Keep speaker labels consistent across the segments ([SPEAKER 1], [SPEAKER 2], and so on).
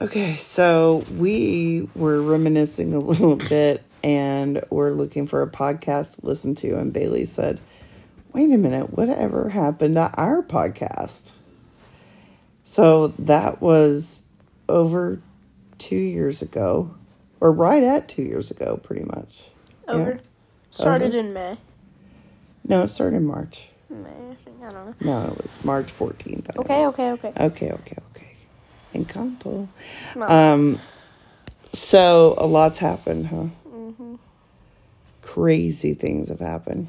[SPEAKER 1] Okay, so we were reminiscing a little bit and we're looking for a podcast to listen to. And Bailey said, Wait a minute, whatever happened to our podcast? So that was over two years ago, or right at two years ago, pretty much. Yeah.
[SPEAKER 2] Over. Started
[SPEAKER 1] Over.
[SPEAKER 2] in May.
[SPEAKER 1] No, it started in March.
[SPEAKER 2] May, I think. I don't know.
[SPEAKER 1] No, it was March 14th. I
[SPEAKER 2] Okay, okay, okay.
[SPEAKER 1] Okay, okay, okay. In Campo.
[SPEAKER 2] No.
[SPEAKER 1] Um, so a lot's happened, huh?
[SPEAKER 2] Mm-hmm.
[SPEAKER 1] Crazy things have happened.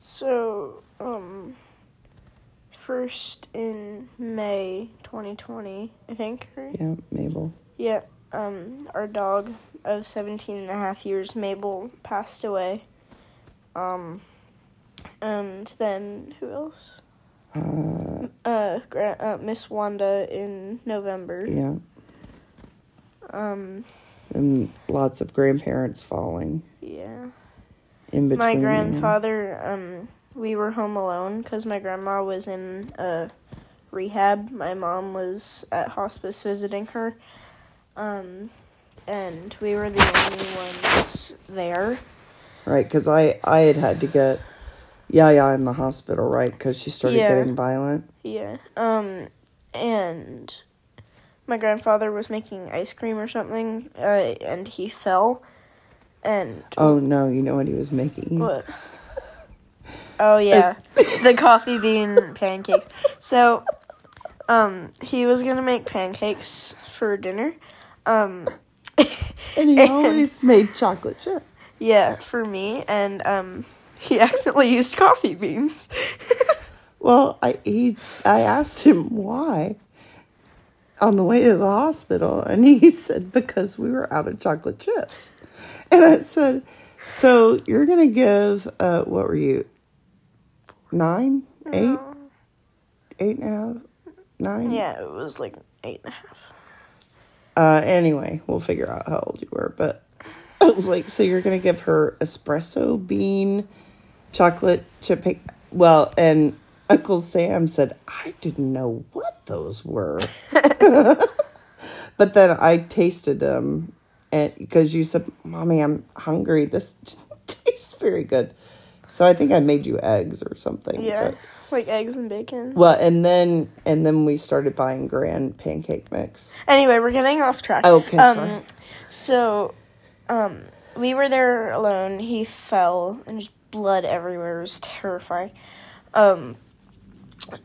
[SPEAKER 2] So, um, first in May 2020, I think. Right?
[SPEAKER 1] Yeah, Mabel.
[SPEAKER 2] Yeah. Um, our dog of 17 and a half years, Mabel, passed away. Um, and then who else?
[SPEAKER 1] Uh,
[SPEAKER 2] Uh, gra- uh Miss Wanda in November.
[SPEAKER 1] yeah,
[SPEAKER 2] Um,
[SPEAKER 1] and lots of grandparents falling
[SPEAKER 2] yeah.
[SPEAKER 1] in between.
[SPEAKER 2] my
[SPEAKER 1] there.
[SPEAKER 2] grandfather um we were home alone because my grandma was in uh rehab my mom was at hospice visiting her um and we were the only ones there
[SPEAKER 1] Right, because I I had had to get Yaya in the hospital, right? Because she started
[SPEAKER 2] Yeah.
[SPEAKER 1] getting violent.
[SPEAKER 2] yeah um and my grandfather was making ice cream or something uh and he fell and
[SPEAKER 1] Oh no, you know what he was making?
[SPEAKER 2] What? Oh yeah, the coffee bean pancakes. So, um, he was gonna make pancakes for dinner. Um,
[SPEAKER 1] And he always made chocolate chip.
[SPEAKER 2] yeah, for me, and um, he accidentally used coffee beans.
[SPEAKER 1] Well, I he I asked him why on the way to the hospital, and he said because we were out of chocolate chips. And I said, "So you're gonna give uh, what were you nine, eight, eight and a half, nine?
[SPEAKER 2] yeah, it was like eight and a half.
[SPEAKER 1] Uh, anyway, we'll figure out how old you were, but I was like, so you're gonna give her espresso bean, chocolate chip. pa- Well, and Uncle Sam said I didn't know what those were, but then I tasted them, and because you said, "Mommy, I'm hungry. This tastes very good," so I think I made you eggs or something.
[SPEAKER 2] Yeah,
[SPEAKER 1] but-
[SPEAKER 2] like eggs and bacon.
[SPEAKER 1] well, and then and then we started buying grand pancake mix.
[SPEAKER 2] Anyway, we're getting off track.
[SPEAKER 1] Oh, Okay,
[SPEAKER 2] um,
[SPEAKER 1] sorry.
[SPEAKER 2] So, um, we were there alone. He fell, and there's blood everywhere. It was terrifying. Um,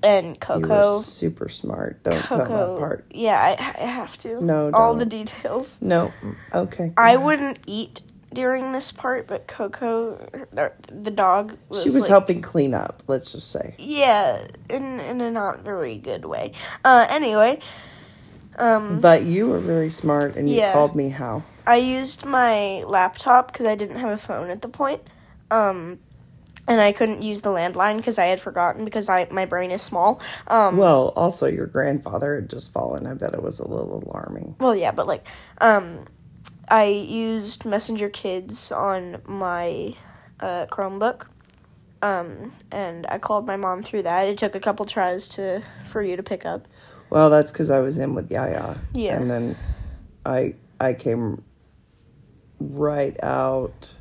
[SPEAKER 2] and
[SPEAKER 1] You
[SPEAKER 2] Coco.
[SPEAKER 1] were super smart. Don't tell
[SPEAKER 2] Coco.
[SPEAKER 1] that part.
[SPEAKER 2] Yeah, I, I have to.
[SPEAKER 1] No,
[SPEAKER 2] All
[SPEAKER 1] don't.
[SPEAKER 2] the details.
[SPEAKER 1] No. Mm, Okay.
[SPEAKER 2] I wouldn't eat during this part, but Coco, the, the dog, was
[SPEAKER 1] she was
[SPEAKER 2] like,
[SPEAKER 1] helping clean up. Let's just say.
[SPEAKER 2] Yeah, in in a not very good way. Uh, anyway, um,
[SPEAKER 1] But you were very smart, and you
[SPEAKER 2] Yeah.
[SPEAKER 1] called me how?
[SPEAKER 2] I used my laptop because I didn't have a phone at the point, um, and I couldn't use the landline because I had forgotten because I my brain is small. Um, well,
[SPEAKER 1] Well, also your grandfather had just fallen. I bet it was a little alarming.
[SPEAKER 2] yeah, but like, um, I used Messenger Kids on my uh, Chromebook, um, and I called my mom through that. It took a couple tries to for you to pick up.
[SPEAKER 1] Well, that's because I was in with Yaya.
[SPEAKER 2] Yeah.
[SPEAKER 1] And then I I came right out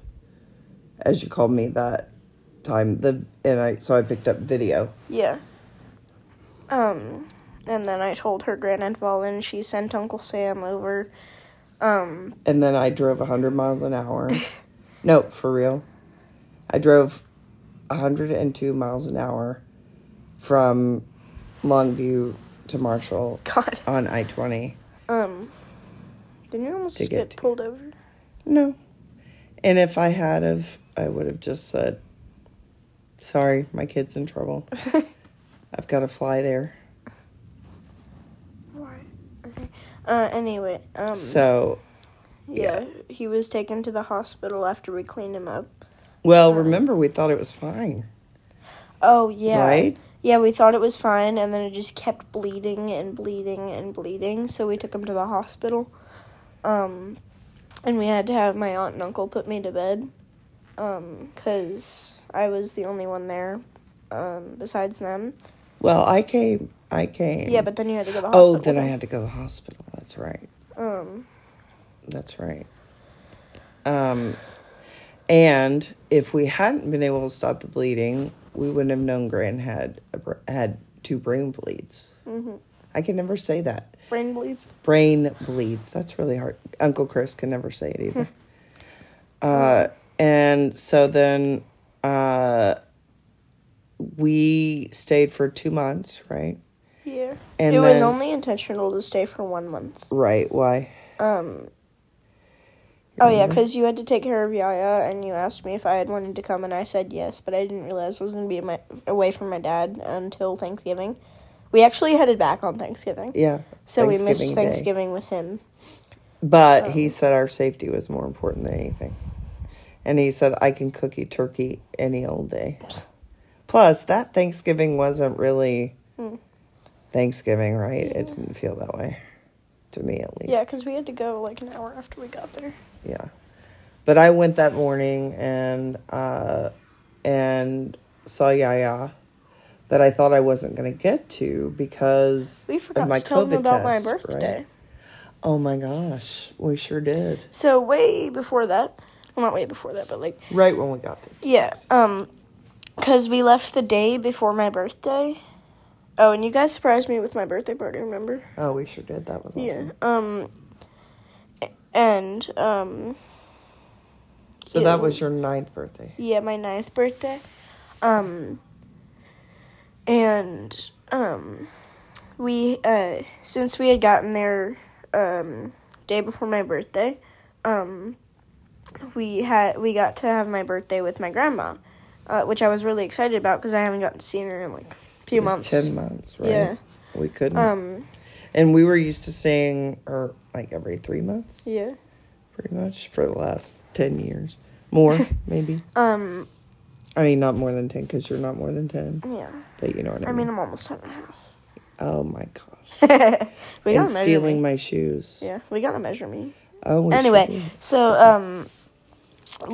[SPEAKER 1] as you called me that time. The and I so I picked up video.
[SPEAKER 2] Yeah. Um, and then I told her Grand had fallen. She sent Uncle Sam over. Um,
[SPEAKER 1] and then I drove 100 miles an hour. no, for real. I drove 102 miles an hour from Longview to Marshall
[SPEAKER 2] God.
[SPEAKER 1] on I 20.
[SPEAKER 2] Um, didn't you almost
[SPEAKER 1] To
[SPEAKER 2] just
[SPEAKER 1] get
[SPEAKER 2] get,
[SPEAKER 1] to-
[SPEAKER 2] pulled over?
[SPEAKER 1] No. And if I had of, I would have just said, "Sorry, my kid's in trouble. I've got to fly there."
[SPEAKER 2] Why? Okay. Uh, anyway, um,
[SPEAKER 1] So,
[SPEAKER 2] yeah, he was taken to the hospital after we cleaned him up.
[SPEAKER 1] well, remember we thought it was fine,
[SPEAKER 2] Oh yeah,
[SPEAKER 1] right?
[SPEAKER 2] yeah. We thought it was fine, and then it just kept bleeding and bleeding and bleeding. So we took him to the hospital, um, and we had to have my aunt and uncle put me to bed, um, cause I was the only one there, um, besides them.
[SPEAKER 1] Well, I came. I came.
[SPEAKER 2] Yeah, but then you had to go to the
[SPEAKER 1] oh,
[SPEAKER 2] hospital.
[SPEAKER 1] then I
[SPEAKER 2] with
[SPEAKER 1] had to go to the hospital. That's right.
[SPEAKER 2] him. Um,
[SPEAKER 1] That's right. Um, and if we hadn't been able to stop the bleeding, we wouldn't have known Gran had a, br- had two brain bleeds.
[SPEAKER 2] Mm-hmm.
[SPEAKER 1] I can never say that.
[SPEAKER 2] brain bleeds.
[SPEAKER 1] Brain bleeds. That's really hard. Uncle Chris can never say it either. uh, and so then uh, we stayed for two months, right?
[SPEAKER 2] Yeah.
[SPEAKER 1] And
[SPEAKER 2] it was
[SPEAKER 1] then-
[SPEAKER 2] only intentional to stay for one month.
[SPEAKER 1] Right. Why?
[SPEAKER 2] Oh
[SPEAKER 1] Mm-hmm.
[SPEAKER 2] yeah, because you had to take care of Yaya, and you asked me if I had wanted to come, and I said yes, but I didn't realize I was gonna be my, away from my dad until Thanksgiving. We actually headed back on Thanksgiving,
[SPEAKER 1] Yeah.
[SPEAKER 2] so we missed
[SPEAKER 1] Day.
[SPEAKER 2] Thanksgiving Oh. with him.
[SPEAKER 1] But he said our safety was more important than anything. And he said, I can cookie turkey any old day. Plus, that Thanksgiving wasn't really
[SPEAKER 2] Hmm.
[SPEAKER 1] Thanksgiving, right? It didn't feel that way, to me at least.
[SPEAKER 2] Yeah, because we had to go like an hour after we got there.
[SPEAKER 1] Yeah. But I went that morning and uh and saw Yaya that I thought I wasn't gonna get to because
[SPEAKER 2] We forgot
[SPEAKER 1] of my
[SPEAKER 2] to tell
[SPEAKER 1] COVID
[SPEAKER 2] him about
[SPEAKER 1] test,
[SPEAKER 2] my
[SPEAKER 1] right?
[SPEAKER 2] birthday.
[SPEAKER 1] Oh my gosh, we sure did.
[SPEAKER 2] So way before that, well, not way before that, but like
[SPEAKER 1] Right when we got there.
[SPEAKER 2] yeah, um, because we left the day before my birthday. Oh, and you guys surprised me with my birthday party. Remember?
[SPEAKER 1] Oh, we sure did. That was awesome.
[SPEAKER 2] Yeah. Um. a- And um.
[SPEAKER 1] So
[SPEAKER 2] yeah,
[SPEAKER 1] that was your ninth birthday.
[SPEAKER 2] yeah my ninth birthday, um. And um, we uh since we had gotten there um day before my birthday, um, we had we got to have my birthday with my grandma, uh, which I was really excited about because I haven't gotten to see her in like a few
[SPEAKER 1] It was
[SPEAKER 2] months.
[SPEAKER 1] Ten months, right?
[SPEAKER 2] Yeah.
[SPEAKER 1] We couldn't.
[SPEAKER 2] Um.
[SPEAKER 1] and we were used to seeing her like every three months,
[SPEAKER 2] Yeah.
[SPEAKER 1] pretty much, for the last 10 years. More, maybe.
[SPEAKER 2] Um.
[SPEAKER 1] I mean, not more than 10, because you're not more than 10.
[SPEAKER 2] Yeah.
[SPEAKER 1] But you know what I,
[SPEAKER 2] I mean,
[SPEAKER 1] mean.
[SPEAKER 2] I'm almost ten and a half.
[SPEAKER 1] Oh my gosh.
[SPEAKER 2] We
[SPEAKER 1] and
[SPEAKER 2] gotta measure
[SPEAKER 1] stealing
[SPEAKER 2] me.
[SPEAKER 1] my shoes.
[SPEAKER 2] Yeah, we gotta measure me.
[SPEAKER 1] Oh, we sure
[SPEAKER 2] Anyway,
[SPEAKER 1] did.
[SPEAKER 2] so um,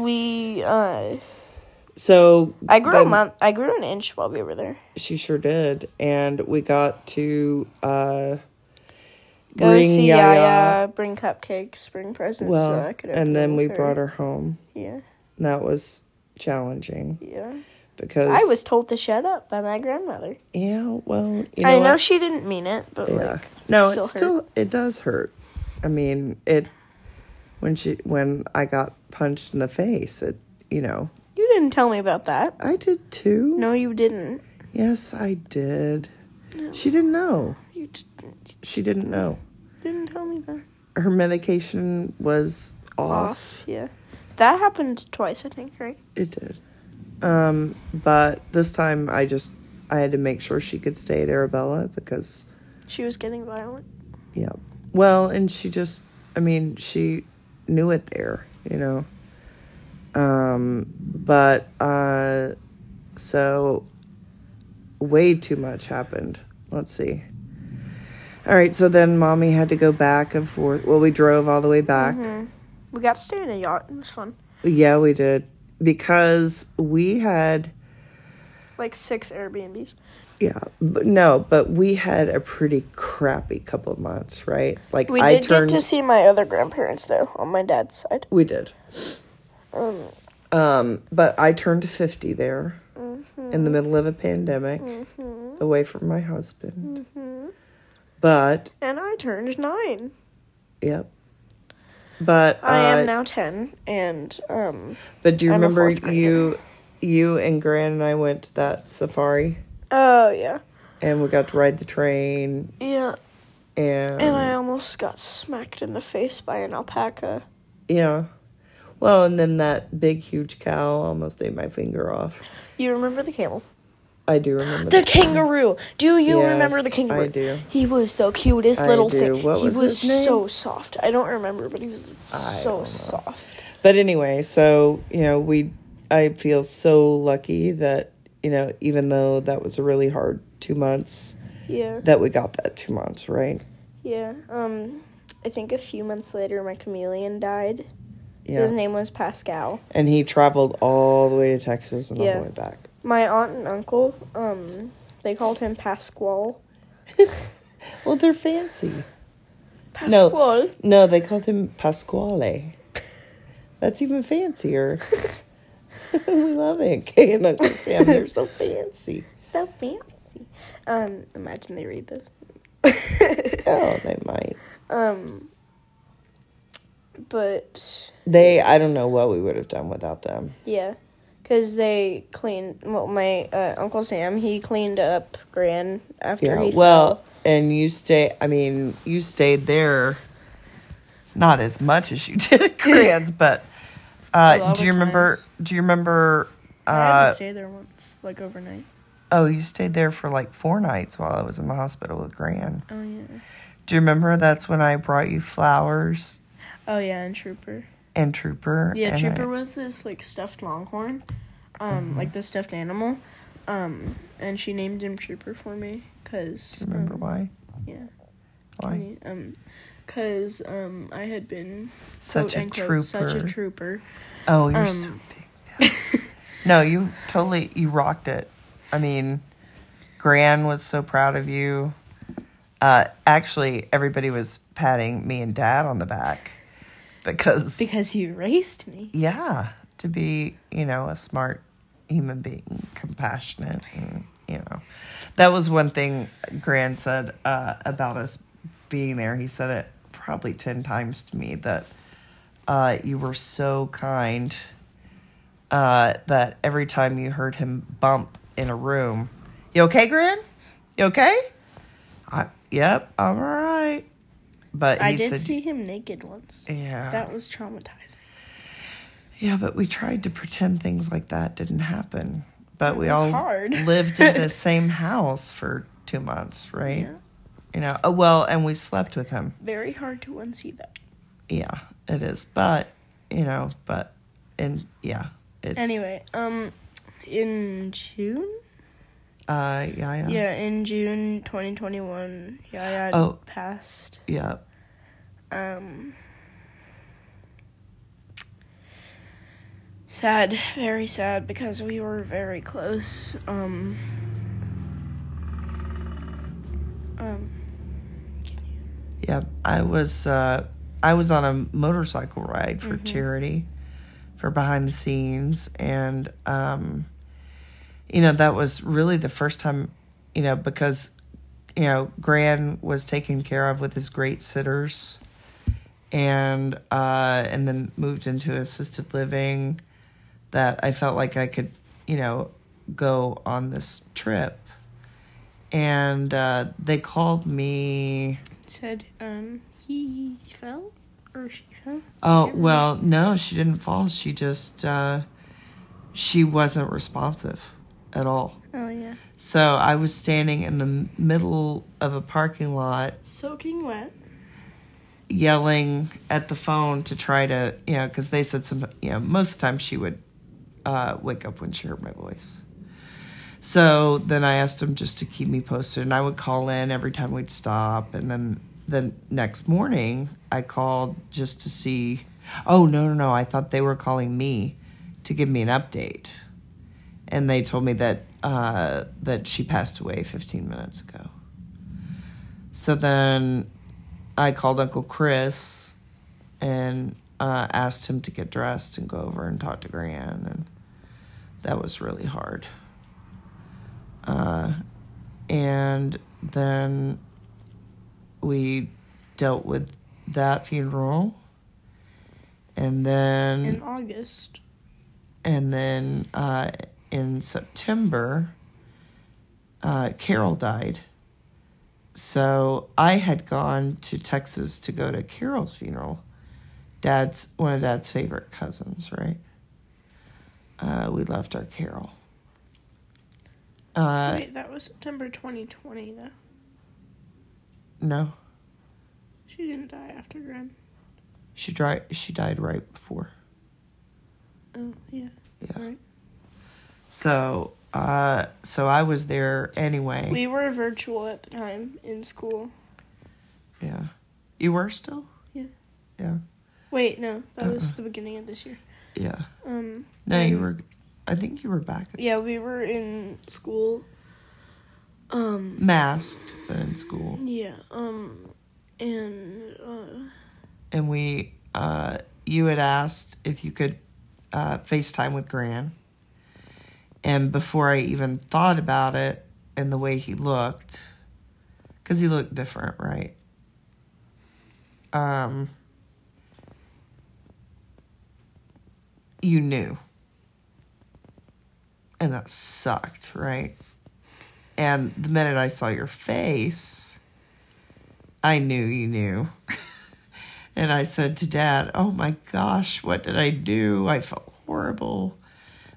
[SPEAKER 2] we uh,
[SPEAKER 1] So
[SPEAKER 2] I grew a
[SPEAKER 1] then-
[SPEAKER 2] month. I grew an inch while we were there.
[SPEAKER 1] She sure did. And we got to uh,
[SPEAKER 2] Go
[SPEAKER 1] bring
[SPEAKER 2] see
[SPEAKER 1] Yaya.
[SPEAKER 2] Yaya, bring cupcakes, bring presents. so
[SPEAKER 1] Well,
[SPEAKER 2] I could open
[SPEAKER 1] and then
[SPEAKER 2] them
[SPEAKER 1] we
[SPEAKER 2] with
[SPEAKER 1] brought her home.
[SPEAKER 2] Yeah,
[SPEAKER 1] And that was challenging
[SPEAKER 2] yeah.
[SPEAKER 1] because
[SPEAKER 2] I was told to shut up by my grandmother.
[SPEAKER 1] Yeah, well, you know,
[SPEAKER 2] I know
[SPEAKER 1] what?
[SPEAKER 2] she didn't mean it, but
[SPEAKER 1] yeah.
[SPEAKER 2] like,
[SPEAKER 1] no,
[SPEAKER 2] it still
[SPEAKER 1] it still it does hurt. I mean, it when she when I got punched in the face, it you know
[SPEAKER 2] You didn't tell me about that.
[SPEAKER 1] I did too.
[SPEAKER 2] No, you didn't.
[SPEAKER 1] Yes, I did. She didn't know.
[SPEAKER 2] You didn't,
[SPEAKER 1] She didn't know.
[SPEAKER 2] didn't tell me that.
[SPEAKER 1] Her medication was off.
[SPEAKER 2] Off. Yeah, that happened twice, I think. Right.
[SPEAKER 1] It did. Um, but this time I just I had to make sure she could stay at Arabella because
[SPEAKER 2] She was getting violent.
[SPEAKER 1] yeah. Well, and she just I mean, she knew it there, you know. Um, but uh so way too much happened. Let's see. All right, so then mommy had to go back and forth. Well, we drove all the way back.
[SPEAKER 2] We got to stay in a yacht. It was fun.
[SPEAKER 1] Yeah, we did. Because we had
[SPEAKER 2] Like six Airbnbs.
[SPEAKER 1] Yeah, but no, but we had a pretty crappy couple of months, right? Like
[SPEAKER 2] We
[SPEAKER 1] I
[SPEAKER 2] did
[SPEAKER 1] turned,
[SPEAKER 2] get to see my other grandparents though on my dad's side.
[SPEAKER 1] we did. Um, but I turned fifty there
[SPEAKER 2] Mm-hmm.
[SPEAKER 1] in the middle of a pandemic, away from my husband.
[SPEAKER 2] Mm-hmm.
[SPEAKER 1] But
[SPEAKER 2] And I turned nine.
[SPEAKER 1] yep. But
[SPEAKER 2] I
[SPEAKER 1] uh,
[SPEAKER 2] am now ten, and um,
[SPEAKER 1] But do you
[SPEAKER 2] I'm a
[SPEAKER 1] remember
[SPEAKER 2] fourth grader.
[SPEAKER 1] you, you and Gran and I went to that safari,
[SPEAKER 2] oh yeah,
[SPEAKER 1] and we got to ride the train,
[SPEAKER 2] yeah.
[SPEAKER 1] and
[SPEAKER 2] And I almost got smacked in the face by an alpaca.
[SPEAKER 1] Yeah. Well, and then that big, huge cow almost ate my finger off.
[SPEAKER 2] You remember the camel?
[SPEAKER 1] I do remember.
[SPEAKER 2] The
[SPEAKER 1] that.
[SPEAKER 2] kangaroo. Do you remember
[SPEAKER 1] Yes,
[SPEAKER 2] the kangaroo?
[SPEAKER 1] I do.
[SPEAKER 2] He was the cutest
[SPEAKER 1] I
[SPEAKER 2] little
[SPEAKER 1] do.
[SPEAKER 2] thing.
[SPEAKER 1] What
[SPEAKER 2] he
[SPEAKER 1] was
[SPEAKER 2] was
[SPEAKER 1] his name?
[SPEAKER 2] so soft. I don't remember, but he was
[SPEAKER 1] don't know.
[SPEAKER 2] so soft.
[SPEAKER 1] But anyway, so you know, we I feel so lucky that you know, even though that was a really hard two months,
[SPEAKER 2] Yeah.
[SPEAKER 1] that we got that two months right.
[SPEAKER 2] Yeah. Um, I think a few months later, my chameleon died. His
[SPEAKER 1] Yeah.
[SPEAKER 2] name was Pascal.
[SPEAKER 1] And he traveled all the way to Texas and all
[SPEAKER 2] Yeah.
[SPEAKER 1] the way back.
[SPEAKER 2] My aunt and uncle, um, they called him Pasquale.
[SPEAKER 1] Well, they're fancy.
[SPEAKER 2] Pasquale.
[SPEAKER 1] No, they called him Pasquale. That's even fancier. we love Aunt Kay and Uncle Sam. They're so fancy.
[SPEAKER 2] So fancy. Um, imagine they read this.
[SPEAKER 1] Oh, they might.
[SPEAKER 2] Um, but
[SPEAKER 1] They, I don't know what we would have done without them.
[SPEAKER 2] yeah, because they cleaned. Well, my uh, uncle Sam he cleaned up Gran after
[SPEAKER 1] Yeah.
[SPEAKER 2] he
[SPEAKER 1] Well,
[SPEAKER 2] fell.
[SPEAKER 1] and you stay. I mean, you stayed there. Not as much as you did at Grand's, but
[SPEAKER 2] A
[SPEAKER 1] uh,
[SPEAKER 2] lot
[SPEAKER 1] do you
[SPEAKER 2] of
[SPEAKER 1] remember?
[SPEAKER 2] times.
[SPEAKER 1] Do you remember?
[SPEAKER 2] I had
[SPEAKER 1] Uh,
[SPEAKER 2] to stay there once, like overnight.
[SPEAKER 1] oh, you stayed there for like four nights while I was in the hospital with Gran.
[SPEAKER 2] Oh yeah.
[SPEAKER 1] Do you remember? That's when I brought you flowers
[SPEAKER 2] Oh yeah, and Trooper.
[SPEAKER 1] and Trooper.
[SPEAKER 2] Yeah,
[SPEAKER 1] and
[SPEAKER 2] Trooper
[SPEAKER 1] I- Mm-hmm.
[SPEAKER 2] was this like stuffed longhorn, um, like the stuffed animal, um, and she named him Trooper for me because
[SPEAKER 1] do you remember why?
[SPEAKER 2] yeah,
[SPEAKER 1] Why?
[SPEAKER 2] um, because um, I had been
[SPEAKER 1] Such a
[SPEAKER 2] quote-unquote,
[SPEAKER 1] trooper.
[SPEAKER 2] such a trooper.
[SPEAKER 1] Oh, you're
[SPEAKER 2] Um,
[SPEAKER 1] so big. no, you totally you rocked it. I mean, Gran was so proud of you. Uh, actually, everybody was patting me and Dad on the back because
[SPEAKER 2] Because you raised me.
[SPEAKER 1] yeah, to be you know a smart human being, compassionate, and, you know, that was one thing Gran said uh, about us being there. He said it probably ten times to me that uh, you were so kind uh, that every time you heard him bump in a room, you okay, Gran? You okay? I, yep, I'm all right. But he
[SPEAKER 2] I did
[SPEAKER 1] said,
[SPEAKER 2] see him naked once.
[SPEAKER 1] yeah,
[SPEAKER 2] That was traumatizing.
[SPEAKER 1] yeah, but we tried to pretend things like that didn't happen. But
[SPEAKER 2] It
[SPEAKER 1] we
[SPEAKER 2] was
[SPEAKER 1] all
[SPEAKER 2] hard.
[SPEAKER 1] lived in the same house for two months, right?
[SPEAKER 2] Yeah.
[SPEAKER 1] You know, oh, well, and we slept with him.
[SPEAKER 2] Very hard to unsee that.
[SPEAKER 1] Yeah, it is. But, you know, but, and yeah, it's.
[SPEAKER 2] Anyway, um, in June.
[SPEAKER 1] Uh, yeah, yeah.
[SPEAKER 2] Yeah, in June 2021, Yaya
[SPEAKER 1] Oh.
[SPEAKER 2] passed.
[SPEAKER 1] Yeah.
[SPEAKER 2] Um, sad, very sad because we were very close. Um, um,
[SPEAKER 1] Yeah, I was uh, I was on a motorcycle ride for charity, for behind the scenes, and um, you know that was really the first time, you know, because you know Gran was taken care of with his great sitters, and uh, and then moved into assisted living, that I felt like I could, you know, go on this trip, and uh, they called me.
[SPEAKER 2] said, um, he fell or she fell.
[SPEAKER 1] Oh well, no, she didn't fall. She just uh, she wasn't responsive at all.
[SPEAKER 2] Oh, yeah.
[SPEAKER 1] So I was standing in the middle of a parking lot
[SPEAKER 2] Soaking wet.
[SPEAKER 1] yelling at the phone to try to you know because they said some you know most of the time she would uh, wake up when she heard my voice. So then I asked them just to keep me posted, and I would call in every time we'd stop. And then the next morning, I called just to see. Oh, no, no, no. I thought they were calling me to give me an update. And they told me that, uh, that she passed away 15 minutes ago. So then I called Uncle Chris and uh, asked him to get dressed and go over and talk to Gran. And that was really hard Uh, and then we dealt with that funeral and then
[SPEAKER 2] In August.
[SPEAKER 1] and then uh, in September, uh, Carol died. So I had gone to Texas to go to Carol's funeral. Dad's one of Dad's favorite cousins, right? Uh, we loved our Carol. Uh,
[SPEAKER 2] Wait, that was September 2020, though.
[SPEAKER 1] no,
[SPEAKER 2] She didn't die after Gran.
[SPEAKER 1] she died. She died right before.
[SPEAKER 2] Oh, yeah.
[SPEAKER 1] Yeah.
[SPEAKER 2] Right.
[SPEAKER 1] So, uh, so I was there anyway.
[SPEAKER 2] We were virtual at the time in school.
[SPEAKER 1] yeah, you were still.
[SPEAKER 2] Yeah.
[SPEAKER 1] Yeah.
[SPEAKER 2] Wait, no, that was
[SPEAKER 1] Uh-uh.
[SPEAKER 2] the beginning of this year.
[SPEAKER 1] Yeah.
[SPEAKER 2] Um,
[SPEAKER 1] No, you
[SPEAKER 2] Um,
[SPEAKER 1] were. I think you were back. At
[SPEAKER 2] yeah, we were in school. Um,
[SPEAKER 1] Masked, but in school.
[SPEAKER 2] yeah, um, and uh,
[SPEAKER 1] and we uh, you had asked if you could uh, FaceTime with Gran. And before I even thought about it and the way he looked, because he looked different, right? Um, you knew. And that sucked, right? And the minute I saw your face, I knew you knew. And I said to dad, Oh my gosh, what did I do? I felt horrible.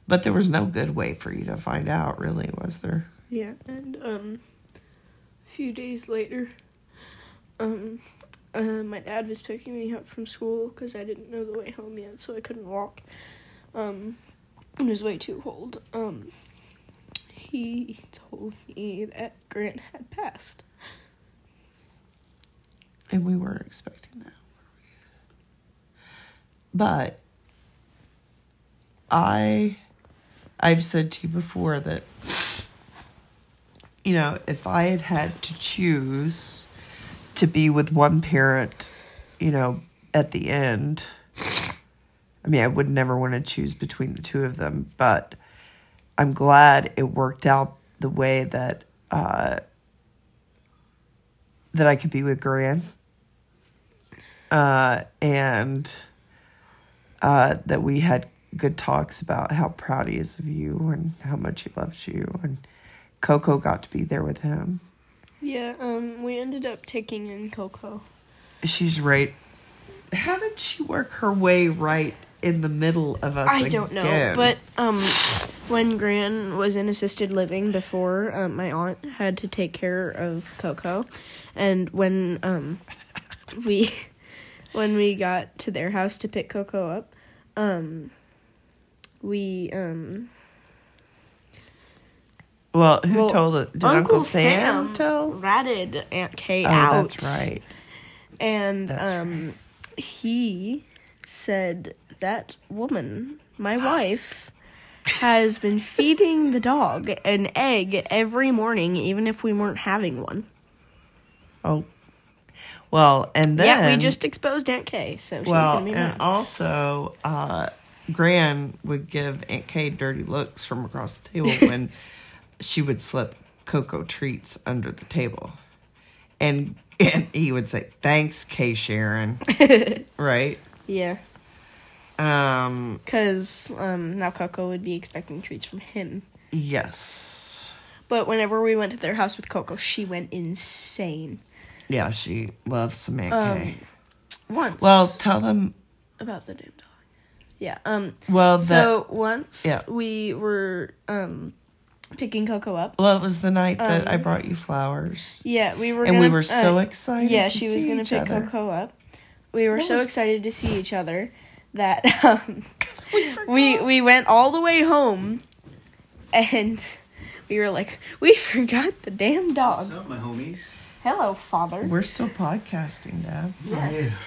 [SPEAKER 1] But there was no good way for you to find out, really, was there?
[SPEAKER 2] yeah, and um, a few days later, um, uh, my dad was picking me up from school because I didn't know the way home yet, so I couldn't walk. Um, it was way too cold. Um, he told me that Grant had passed.
[SPEAKER 1] And we weren't expecting that. were we? But I I've said to you before that you know, if I had had to choose to be with one parent, you know, at the end, I mean, I would never want to choose between the two of them, but I'm glad it worked out the way that uh that I could be with Gran. Uh, and uh, that we had good talks about how proud he is of you and how much he loves you. And Coco got to be there with him.
[SPEAKER 2] Yeah, um, we ended up taking in Coco.
[SPEAKER 1] She's right. How did she work her way right in the middle of us?
[SPEAKER 2] I don't know,
[SPEAKER 1] again?
[SPEAKER 2] but um, when Gran was in assisted living before, um, my aunt had to take care of Coco, and when um, we when we got to their house to pick Coco up, um, we um,
[SPEAKER 1] well, who
[SPEAKER 2] well,
[SPEAKER 1] told it? Did Uncle, Sam, tell?
[SPEAKER 2] ratted Aunt Kay
[SPEAKER 1] Oh,
[SPEAKER 2] out.
[SPEAKER 1] that's right.
[SPEAKER 2] And
[SPEAKER 1] That's
[SPEAKER 2] um, he said that woman, my wife, has been feeding the dog an egg every morning, even if we weren't having one.
[SPEAKER 1] Oh, well, and then
[SPEAKER 2] yeah, we just exposed Aunt Kay, so she
[SPEAKER 1] Well,
[SPEAKER 2] can be
[SPEAKER 1] and
[SPEAKER 2] mad.
[SPEAKER 1] also, uh, Gran would give Aunt Kay dirty looks from across the table when she would slip cocoa treats under the table, and and he would say, "Thanks, Kay Sharon," right?
[SPEAKER 2] yeah,
[SPEAKER 1] Um,
[SPEAKER 2] because um, now Coco would be expecting treats from him.
[SPEAKER 1] yes,
[SPEAKER 2] But whenever we went to their house with Coco, she went insane.
[SPEAKER 1] yeah, she loves some Aunt Kay.
[SPEAKER 2] Once.
[SPEAKER 1] Well, tell them.
[SPEAKER 2] about the damn dog. Yeah. Um.
[SPEAKER 1] Well, that
[SPEAKER 2] So once
[SPEAKER 1] Yeah.
[SPEAKER 2] we were um picking Coco up.
[SPEAKER 1] well, it was the night that I brought um, you flowers,
[SPEAKER 2] Yeah, we were.
[SPEAKER 1] and
[SPEAKER 2] gonna,
[SPEAKER 1] we were so
[SPEAKER 2] uh,
[SPEAKER 1] excited.
[SPEAKER 2] Yeah,
[SPEAKER 1] to
[SPEAKER 2] she was
[SPEAKER 1] see
[SPEAKER 2] gonna
[SPEAKER 1] each
[SPEAKER 2] pick
[SPEAKER 1] other.
[SPEAKER 2] Coco up. We were
[SPEAKER 1] That
[SPEAKER 2] so
[SPEAKER 1] was-
[SPEAKER 2] excited to see each other that um, we we went all the way home, and we were like, we forgot the damn
[SPEAKER 3] What's
[SPEAKER 2] dog.
[SPEAKER 3] up, my homies?
[SPEAKER 2] Hello, father.
[SPEAKER 1] We're still podcasting, Dad.
[SPEAKER 2] Yes.
[SPEAKER 1] Uh-huh.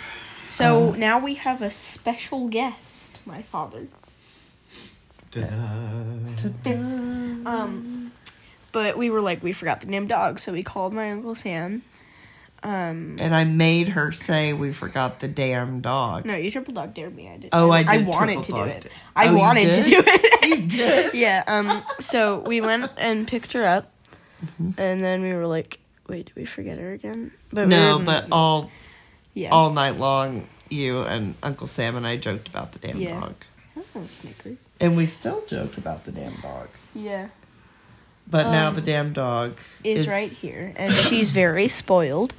[SPEAKER 2] So now we have a special guest, my father. Um, but we were like, we forgot the damn dog, so we called my uncle Sam. Um,
[SPEAKER 1] and I made her say we forgot the damn dog.
[SPEAKER 2] no, you triple dog dared me. I did.
[SPEAKER 1] Oh, I did triple
[SPEAKER 2] wanted to do
[SPEAKER 1] dog
[SPEAKER 2] it.
[SPEAKER 1] da-
[SPEAKER 2] I
[SPEAKER 1] Oh, you
[SPEAKER 2] wanted to
[SPEAKER 1] did?
[SPEAKER 2] do it.
[SPEAKER 1] You did.
[SPEAKER 2] yeah. Um. So we went and picked her up,
[SPEAKER 1] Mm-hmm.
[SPEAKER 2] and then we were like, wait, did we forget her again? But we
[SPEAKER 1] No,
[SPEAKER 2] were-
[SPEAKER 1] but all
[SPEAKER 2] yeah.
[SPEAKER 1] all night long, you and Uncle Sam and I joked about the damn
[SPEAKER 2] Yeah.
[SPEAKER 1] dog,
[SPEAKER 2] Oh, Snickers.
[SPEAKER 1] and we still joke about the damn dog.
[SPEAKER 2] Yeah,
[SPEAKER 1] But now
[SPEAKER 2] Um,
[SPEAKER 1] the damn dog
[SPEAKER 2] is, right here, and she's very spoiled.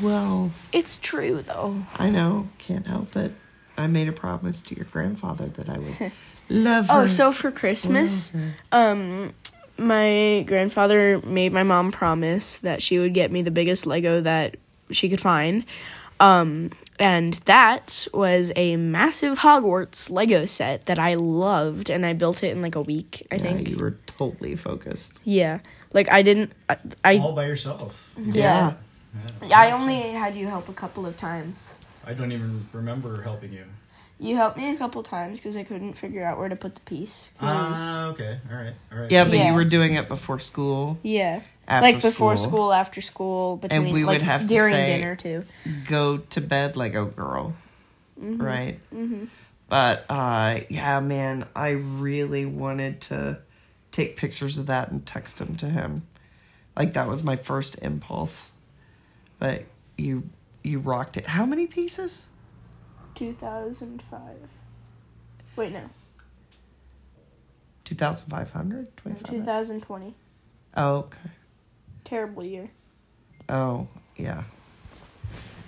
[SPEAKER 1] Well,
[SPEAKER 2] It's true though.
[SPEAKER 1] I know, can't help it. I made a promise to your grandfather that I would love.
[SPEAKER 2] Oh,
[SPEAKER 1] her,
[SPEAKER 2] so for
[SPEAKER 1] spoil
[SPEAKER 2] Christmas,
[SPEAKER 1] her.
[SPEAKER 2] um, my grandfather made my mom promise that she would get me the biggest Lego that she could find. Um, and that was a massive Hogwarts Lego set that I loved, and I built it in like a week, I
[SPEAKER 1] yeah,
[SPEAKER 2] think.
[SPEAKER 1] you were totally focused.
[SPEAKER 2] Yeah, like I didn't. I, I
[SPEAKER 3] All by yourself.
[SPEAKER 2] yeah.
[SPEAKER 3] Yeah.
[SPEAKER 2] I only had you help a couple of times.
[SPEAKER 3] I don't even remember helping you.
[SPEAKER 2] You helped me a couple times because I couldn't figure out where to put the piece. 'cause I was-
[SPEAKER 3] Ah, okay. All right. All right.
[SPEAKER 1] Yeah, but
[SPEAKER 2] Yeah.
[SPEAKER 1] you were doing it before school.
[SPEAKER 2] yeah.
[SPEAKER 1] After
[SPEAKER 2] like before
[SPEAKER 1] school.
[SPEAKER 2] school. after school, between
[SPEAKER 1] we
[SPEAKER 2] like
[SPEAKER 1] would have to
[SPEAKER 2] during
[SPEAKER 1] say-
[SPEAKER 2] dinner too.
[SPEAKER 1] Go to bed, Lego girl. Right? But uh, yeah, man, I really wanted to take pictures of that and text them to him. Like that was my first impulse. But you you rocked it. How many pieces?
[SPEAKER 2] 2005. Wait, no.
[SPEAKER 1] 2,500? 2,500?
[SPEAKER 2] 2020.
[SPEAKER 1] Oh, okay.
[SPEAKER 2] Terrible year.
[SPEAKER 1] Oh, yeah.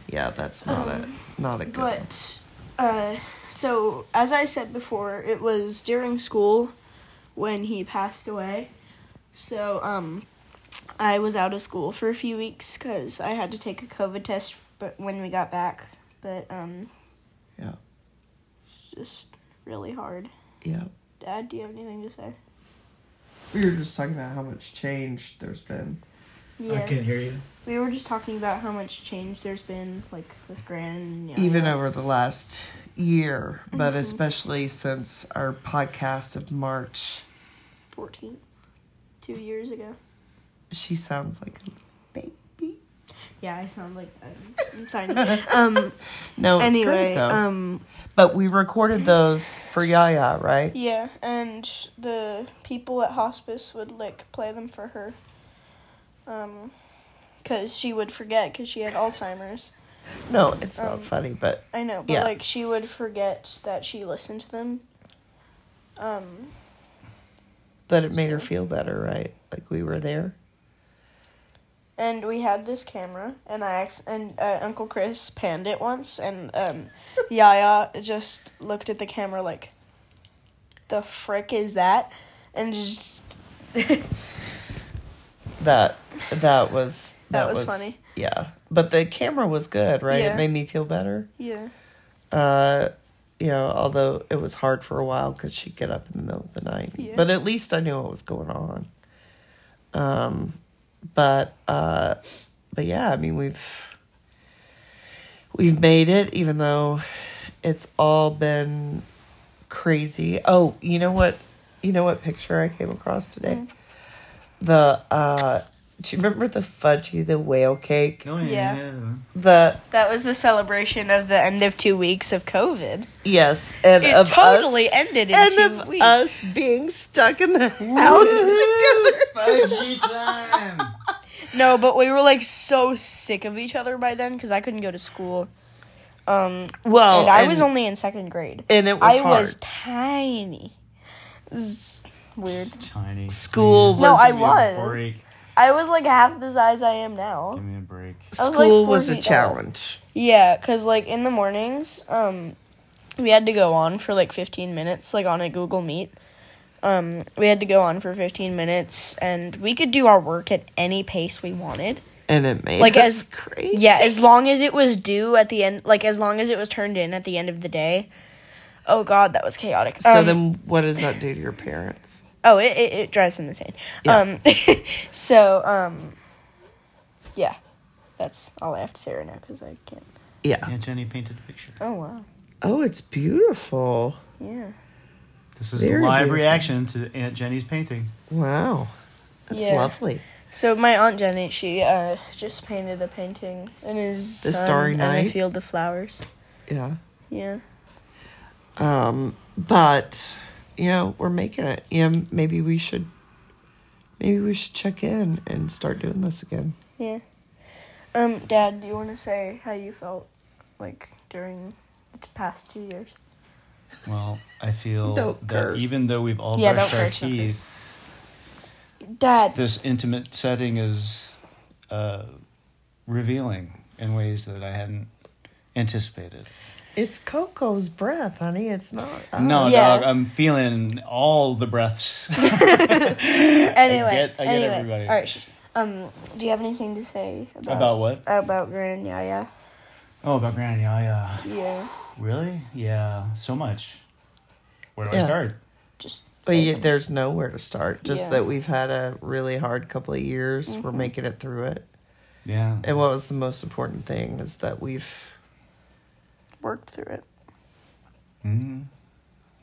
[SPEAKER 1] Yeah, that's not a not a good. one.
[SPEAKER 2] Um, But, uh, so as I said before, it was during school when he passed away. So, um, I was out of school for a few weeks because I had to take a COVID test but when we got back. But, um,
[SPEAKER 1] Yeah.
[SPEAKER 2] it's just really hard.
[SPEAKER 1] Yeah.
[SPEAKER 2] Dad, do you have anything to say?
[SPEAKER 1] We were just talking about how much change there's been.
[SPEAKER 2] Yeah.
[SPEAKER 3] I can't hear you.
[SPEAKER 2] We were just talking about how much change there's been, like, with Gran and yada,
[SPEAKER 1] even
[SPEAKER 2] yada.
[SPEAKER 1] over the last year,
[SPEAKER 2] Mm-hmm.
[SPEAKER 1] but especially since our podcast of March.
[SPEAKER 2] 14. Two years ago.
[SPEAKER 1] She sounds like a baby.
[SPEAKER 2] Yeah, I sound like I'm sorry. um.
[SPEAKER 1] No, it's great
[SPEAKER 2] anyway,
[SPEAKER 1] though.
[SPEAKER 2] um.
[SPEAKER 1] but we recorded those for Yaya, right?
[SPEAKER 2] Yeah, and the people at hospice would like play them for her. Um, cause she would forget, cause she had Alzheimer's.
[SPEAKER 1] No, it's
[SPEAKER 2] Um,
[SPEAKER 1] not funny, but
[SPEAKER 2] I know, but
[SPEAKER 1] Yeah.
[SPEAKER 2] like she would forget that she listened to them. Um.
[SPEAKER 1] but it made her feel better, right? Like we were there.
[SPEAKER 2] and we had this camera, and I ex- and uh, Uncle Chris panned it once, and um, Yaya just looked at the camera like, "The frick is that?" And just that,
[SPEAKER 1] That that was that,
[SPEAKER 2] That was funny.
[SPEAKER 1] Yeah, but the camera was good, right?
[SPEAKER 2] Yeah.
[SPEAKER 1] It made me feel better.
[SPEAKER 2] yeah,
[SPEAKER 1] Uh, you know, although it was hard for a while because she'd get up in the middle of the night.
[SPEAKER 2] Yeah.
[SPEAKER 1] But at least I knew what was going on. Um, but uh, but yeah, I mean we've we've made it, even though it's all been crazy. Oh, you know what? You know what picture I came across today?
[SPEAKER 2] Mm.
[SPEAKER 1] The uh, do you remember the fudgy the whale cake?
[SPEAKER 3] No,
[SPEAKER 2] Yeah.
[SPEAKER 1] The
[SPEAKER 2] that was the celebration of the end of two weeks of COVID.
[SPEAKER 1] yes, and
[SPEAKER 2] It
[SPEAKER 1] of us-
[SPEAKER 2] totally ended in
[SPEAKER 1] and
[SPEAKER 2] two
[SPEAKER 1] of
[SPEAKER 2] weeks.
[SPEAKER 1] us being stuck in the house together.
[SPEAKER 3] Fudgy time.
[SPEAKER 2] No, but we were like so sick of each other by then because I couldn't go to school. Um,
[SPEAKER 1] Well,
[SPEAKER 2] and I was only in second grade.
[SPEAKER 1] and it was
[SPEAKER 2] I
[SPEAKER 1] hard.
[SPEAKER 2] was tiny. It's weird.
[SPEAKER 3] Tiny.
[SPEAKER 1] School
[SPEAKER 3] please.
[SPEAKER 1] No, I
[SPEAKER 3] Give me a
[SPEAKER 2] was.
[SPEAKER 3] Break.
[SPEAKER 2] I was like half the size I am now.
[SPEAKER 3] Give me a break.
[SPEAKER 2] I was like
[SPEAKER 1] School
[SPEAKER 2] four
[SPEAKER 1] was a
[SPEAKER 2] feet
[SPEAKER 1] challenge.
[SPEAKER 2] Yeah, cause like in the mornings, um, we had to go on for like fifteen minutes, like on a Google Meet. Um, we had to go on for fifteen minutes, and we could do our work at any pace we wanted.
[SPEAKER 1] And it made
[SPEAKER 2] Like,
[SPEAKER 1] like
[SPEAKER 2] as-
[SPEAKER 1] us crazy.
[SPEAKER 2] Yeah, as long as it was due at the end, like as long as it was turned in at the end of the day. Oh God, that was chaotic.
[SPEAKER 1] so
[SPEAKER 2] Um,
[SPEAKER 1] then, what does that do to your parents?
[SPEAKER 2] Oh, it, it, it drives them insane.
[SPEAKER 1] Yeah.
[SPEAKER 2] Um, so, um, yeah, that's all I have to say right now because I can't.
[SPEAKER 1] Yeah.
[SPEAKER 3] Yeah, Jenny painted a picture.
[SPEAKER 2] Oh wow,
[SPEAKER 1] Oh, it's beautiful.
[SPEAKER 2] yeah,
[SPEAKER 3] This is a
[SPEAKER 1] Very
[SPEAKER 3] live
[SPEAKER 1] beautiful.
[SPEAKER 3] reaction to Aunt Jenny's painting.
[SPEAKER 1] Wow, that's
[SPEAKER 2] Yeah.
[SPEAKER 1] lovely.
[SPEAKER 2] So my aunt Jenny, she uh just painted a painting and is
[SPEAKER 1] The Starry
[SPEAKER 2] and a
[SPEAKER 1] Night?
[SPEAKER 2] field of flowers.
[SPEAKER 1] Yeah.
[SPEAKER 2] Yeah,
[SPEAKER 1] Um, but you know, we're making it. Yeah, maybe we should. Maybe we should check in and start doing this again.
[SPEAKER 2] yeah. Um, Dad, do you want to say how you felt like during the past two years?
[SPEAKER 3] Well, I feel
[SPEAKER 1] Don't
[SPEAKER 3] that
[SPEAKER 1] curse.
[SPEAKER 3] even though we've all
[SPEAKER 2] Yeah,
[SPEAKER 3] brushed
[SPEAKER 2] don't
[SPEAKER 3] our
[SPEAKER 2] curse, don't
[SPEAKER 3] teeth,
[SPEAKER 2] Dad,
[SPEAKER 3] this intimate setting is uh, revealing in ways that I hadn't anticipated.
[SPEAKER 1] It's Coco's breath, honey. It's not. us.
[SPEAKER 3] No,
[SPEAKER 2] Yeah.
[SPEAKER 3] dog, I'm feeling all the breaths.
[SPEAKER 2] anyway,
[SPEAKER 3] get- I get
[SPEAKER 2] anyway,
[SPEAKER 3] everybody.
[SPEAKER 2] all right. sh- Um, do you have anything to say about
[SPEAKER 3] About what?
[SPEAKER 2] about Grand Yaya?
[SPEAKER 3] Oh, about Grand Yaya.
[SPEAKER 2] Yeah,
[SPEAKER 3] Really? Yeah, so much. Where do I
[SPEAKER 1] Yeah.
[SPEAKER 3] start?
[SPEAKER 2] just
[SPEAKER 1] But yeah, there's nowhere to start. Just
[SPEAKER 2] Yeah. Mm-hmm.
[SPEAKER 1] that we've had a really hard couple of years. We're making it through it.
[SPEAKER 3] Yeah.
[SPEAKER 1] And what was the most important thing is that we've
[SPEAKER 2] worked through it.
[SPEAKER 3] Mhm.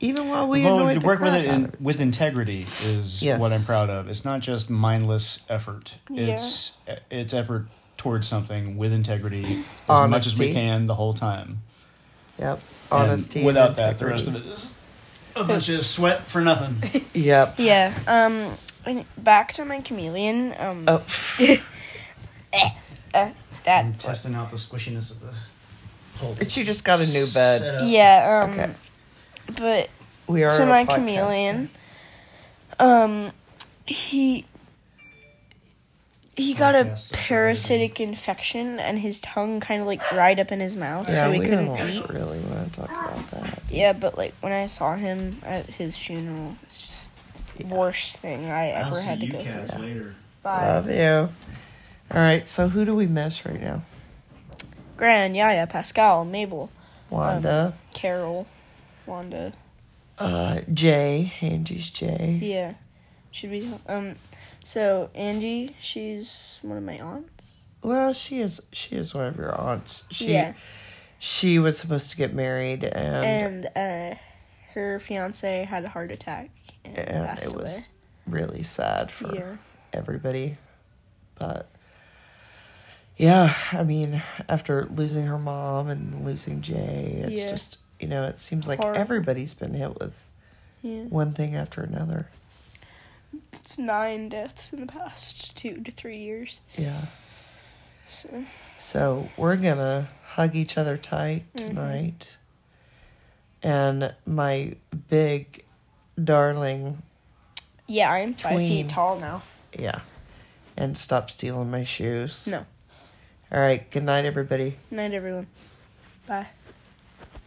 [SPEAKER 1] Even while we
[SPEAKER 3] well,
[SPEAKER 1] annoyed
[SPEAKER 3] to
[SPEAKER 1] the
[SPEAKER 3] work with
[SPEAKER 1] crap
[SPEAKER 3] it
[SPEAKER 1] out
[SPEAKER 3] in,
[SPEAKER 1] of
[SPEAKER 3] with integrity is
[SPEAKER 1] Yes.
[SPEAKER 3] what I'm proud of. It's not just mindless effort.
[SPEAKER 2] Yeah.
[SPEAKER 3] It's it's effort towards something with integrity as much as
[SPEAKER 1] Honesty.
[SPEAKER 3] we can the whole time.
[SPEAKER 1] Yep.
[SPEAKER 3] And
[SPEAKER 1] Honesty. and
[SPEAKER 3] without that, the rest
[SPEAKER 1] integrity.
[SPEAKER 3] of it is a bunch of sweat for nothing.
[SPEAKER 1] Yep.
[SPEAKER 2] Yeah. Um, and back to my chameleon. Um,
[SPEAKER 1] Oh.
[SPEAKER 2] uh, that.
[SPEAKER 3] I'm testing out the squishiness of this. whole
[SPEAKER 1] She just got a new bed.
[SPEAKER 3] setup.
[SPEAKER 2] Yeah. Um,
[SPEAKER 1] Okay.
[SPEAKER 2] But
[SPEAKER 1] We are.
[SPEAKER 2] to
[SPEAKER 1] a
[SPEAKER 2] my
[SPEAKER 1] podcast.
[SPEAKER 2] chameleon, um, he he got a
[SPEAKER 3] Podcast, okay.
[SPEAKER 2] parasitic infection, and his tongue kind of like dried up in his mouth,
[SPEAKER 1] Yeah,
[SPEAKER 2] so he
[SPEAKER 1] we
[SPEAKER 2] couldn't
[SPEAKER 1] don't
[SPEAKER 2] eat. Ah,
[SPEAKER 1] really want to talk about that.
[SPEAKER 2] Yeah, but like when I saw him at his funeral, it's just the worst thing I ever
[SPEAKER 3] I'll
[SPEAKER 2] had to
[SPEAKER 3] see you
[SPEAKER 2] go through.
[SPEAKER 3] cats later.
[SPEAKER 2] Bye.
[SPEAKER 1] Love you. All right. So who do we miss right
[SPEAKER 2] Um,
[SPEAKER 1] now?
[SPEAKER 2] Gran, Yaya, Pascal, Mabel,
[SPEAKER 1] Wanda,
[SPEAKER 2] Carol, Wanda.
[SPEAKER 1] uh, Jay, Angie's Jay.
[SPEAKER 2] Yeah. Should we um so Angie, she's one of my aunts.
[SPEAKER 1] Well, she is. She is one of your aunts. She.
[SPEAKER 2] Yeah.
[SPEAKER 1] She was supposed to get married, and
[SPEAKER 2] And uh her fiance had a heart attack and,
[SPEAKER 1] and,
[SPEAKER 2] passed
[SPEAKER 1] it was
[SPEAKER 2] away.
[SPEAKER 1] really sad for
[SPEAKER 2] Yeah.
[SPEAKER 1] everybody. But yeah, I mean, after losing her mom and losing Jay, it's
[SPEAKER 2] Yeah.
[SPEAKER 1] just you know, it seems like
[SPEAKER 2] Hard.
[SPEAKER 1] everybody's been hit with
[SPEAKER 2] Yeah.
[SPEAKER 1] one thing after another.
[SPEAKER 2] It's nine deaths in the past two to three years.
[SPEAKER 1] Yeah.
[SPEAKER 2] So
[SPEAKER 1] So we're gonna hug each other tight
[SPEAKER 2] Mm-hmm.
[SPEAKER 1] tonight. And my big darling,
[SPEAKER 2] yeah, I'm five
[SPEAKER 1] Tween.
[SPEAKER 2] feet tall now.
[SPEAKER 1] yeah. And stop stealing my shoes.
[SPEAKER 2] No.
[SPEAKER 1] All right. Good night, everybody.
[SPEAKER 2] Night everyone. Bye.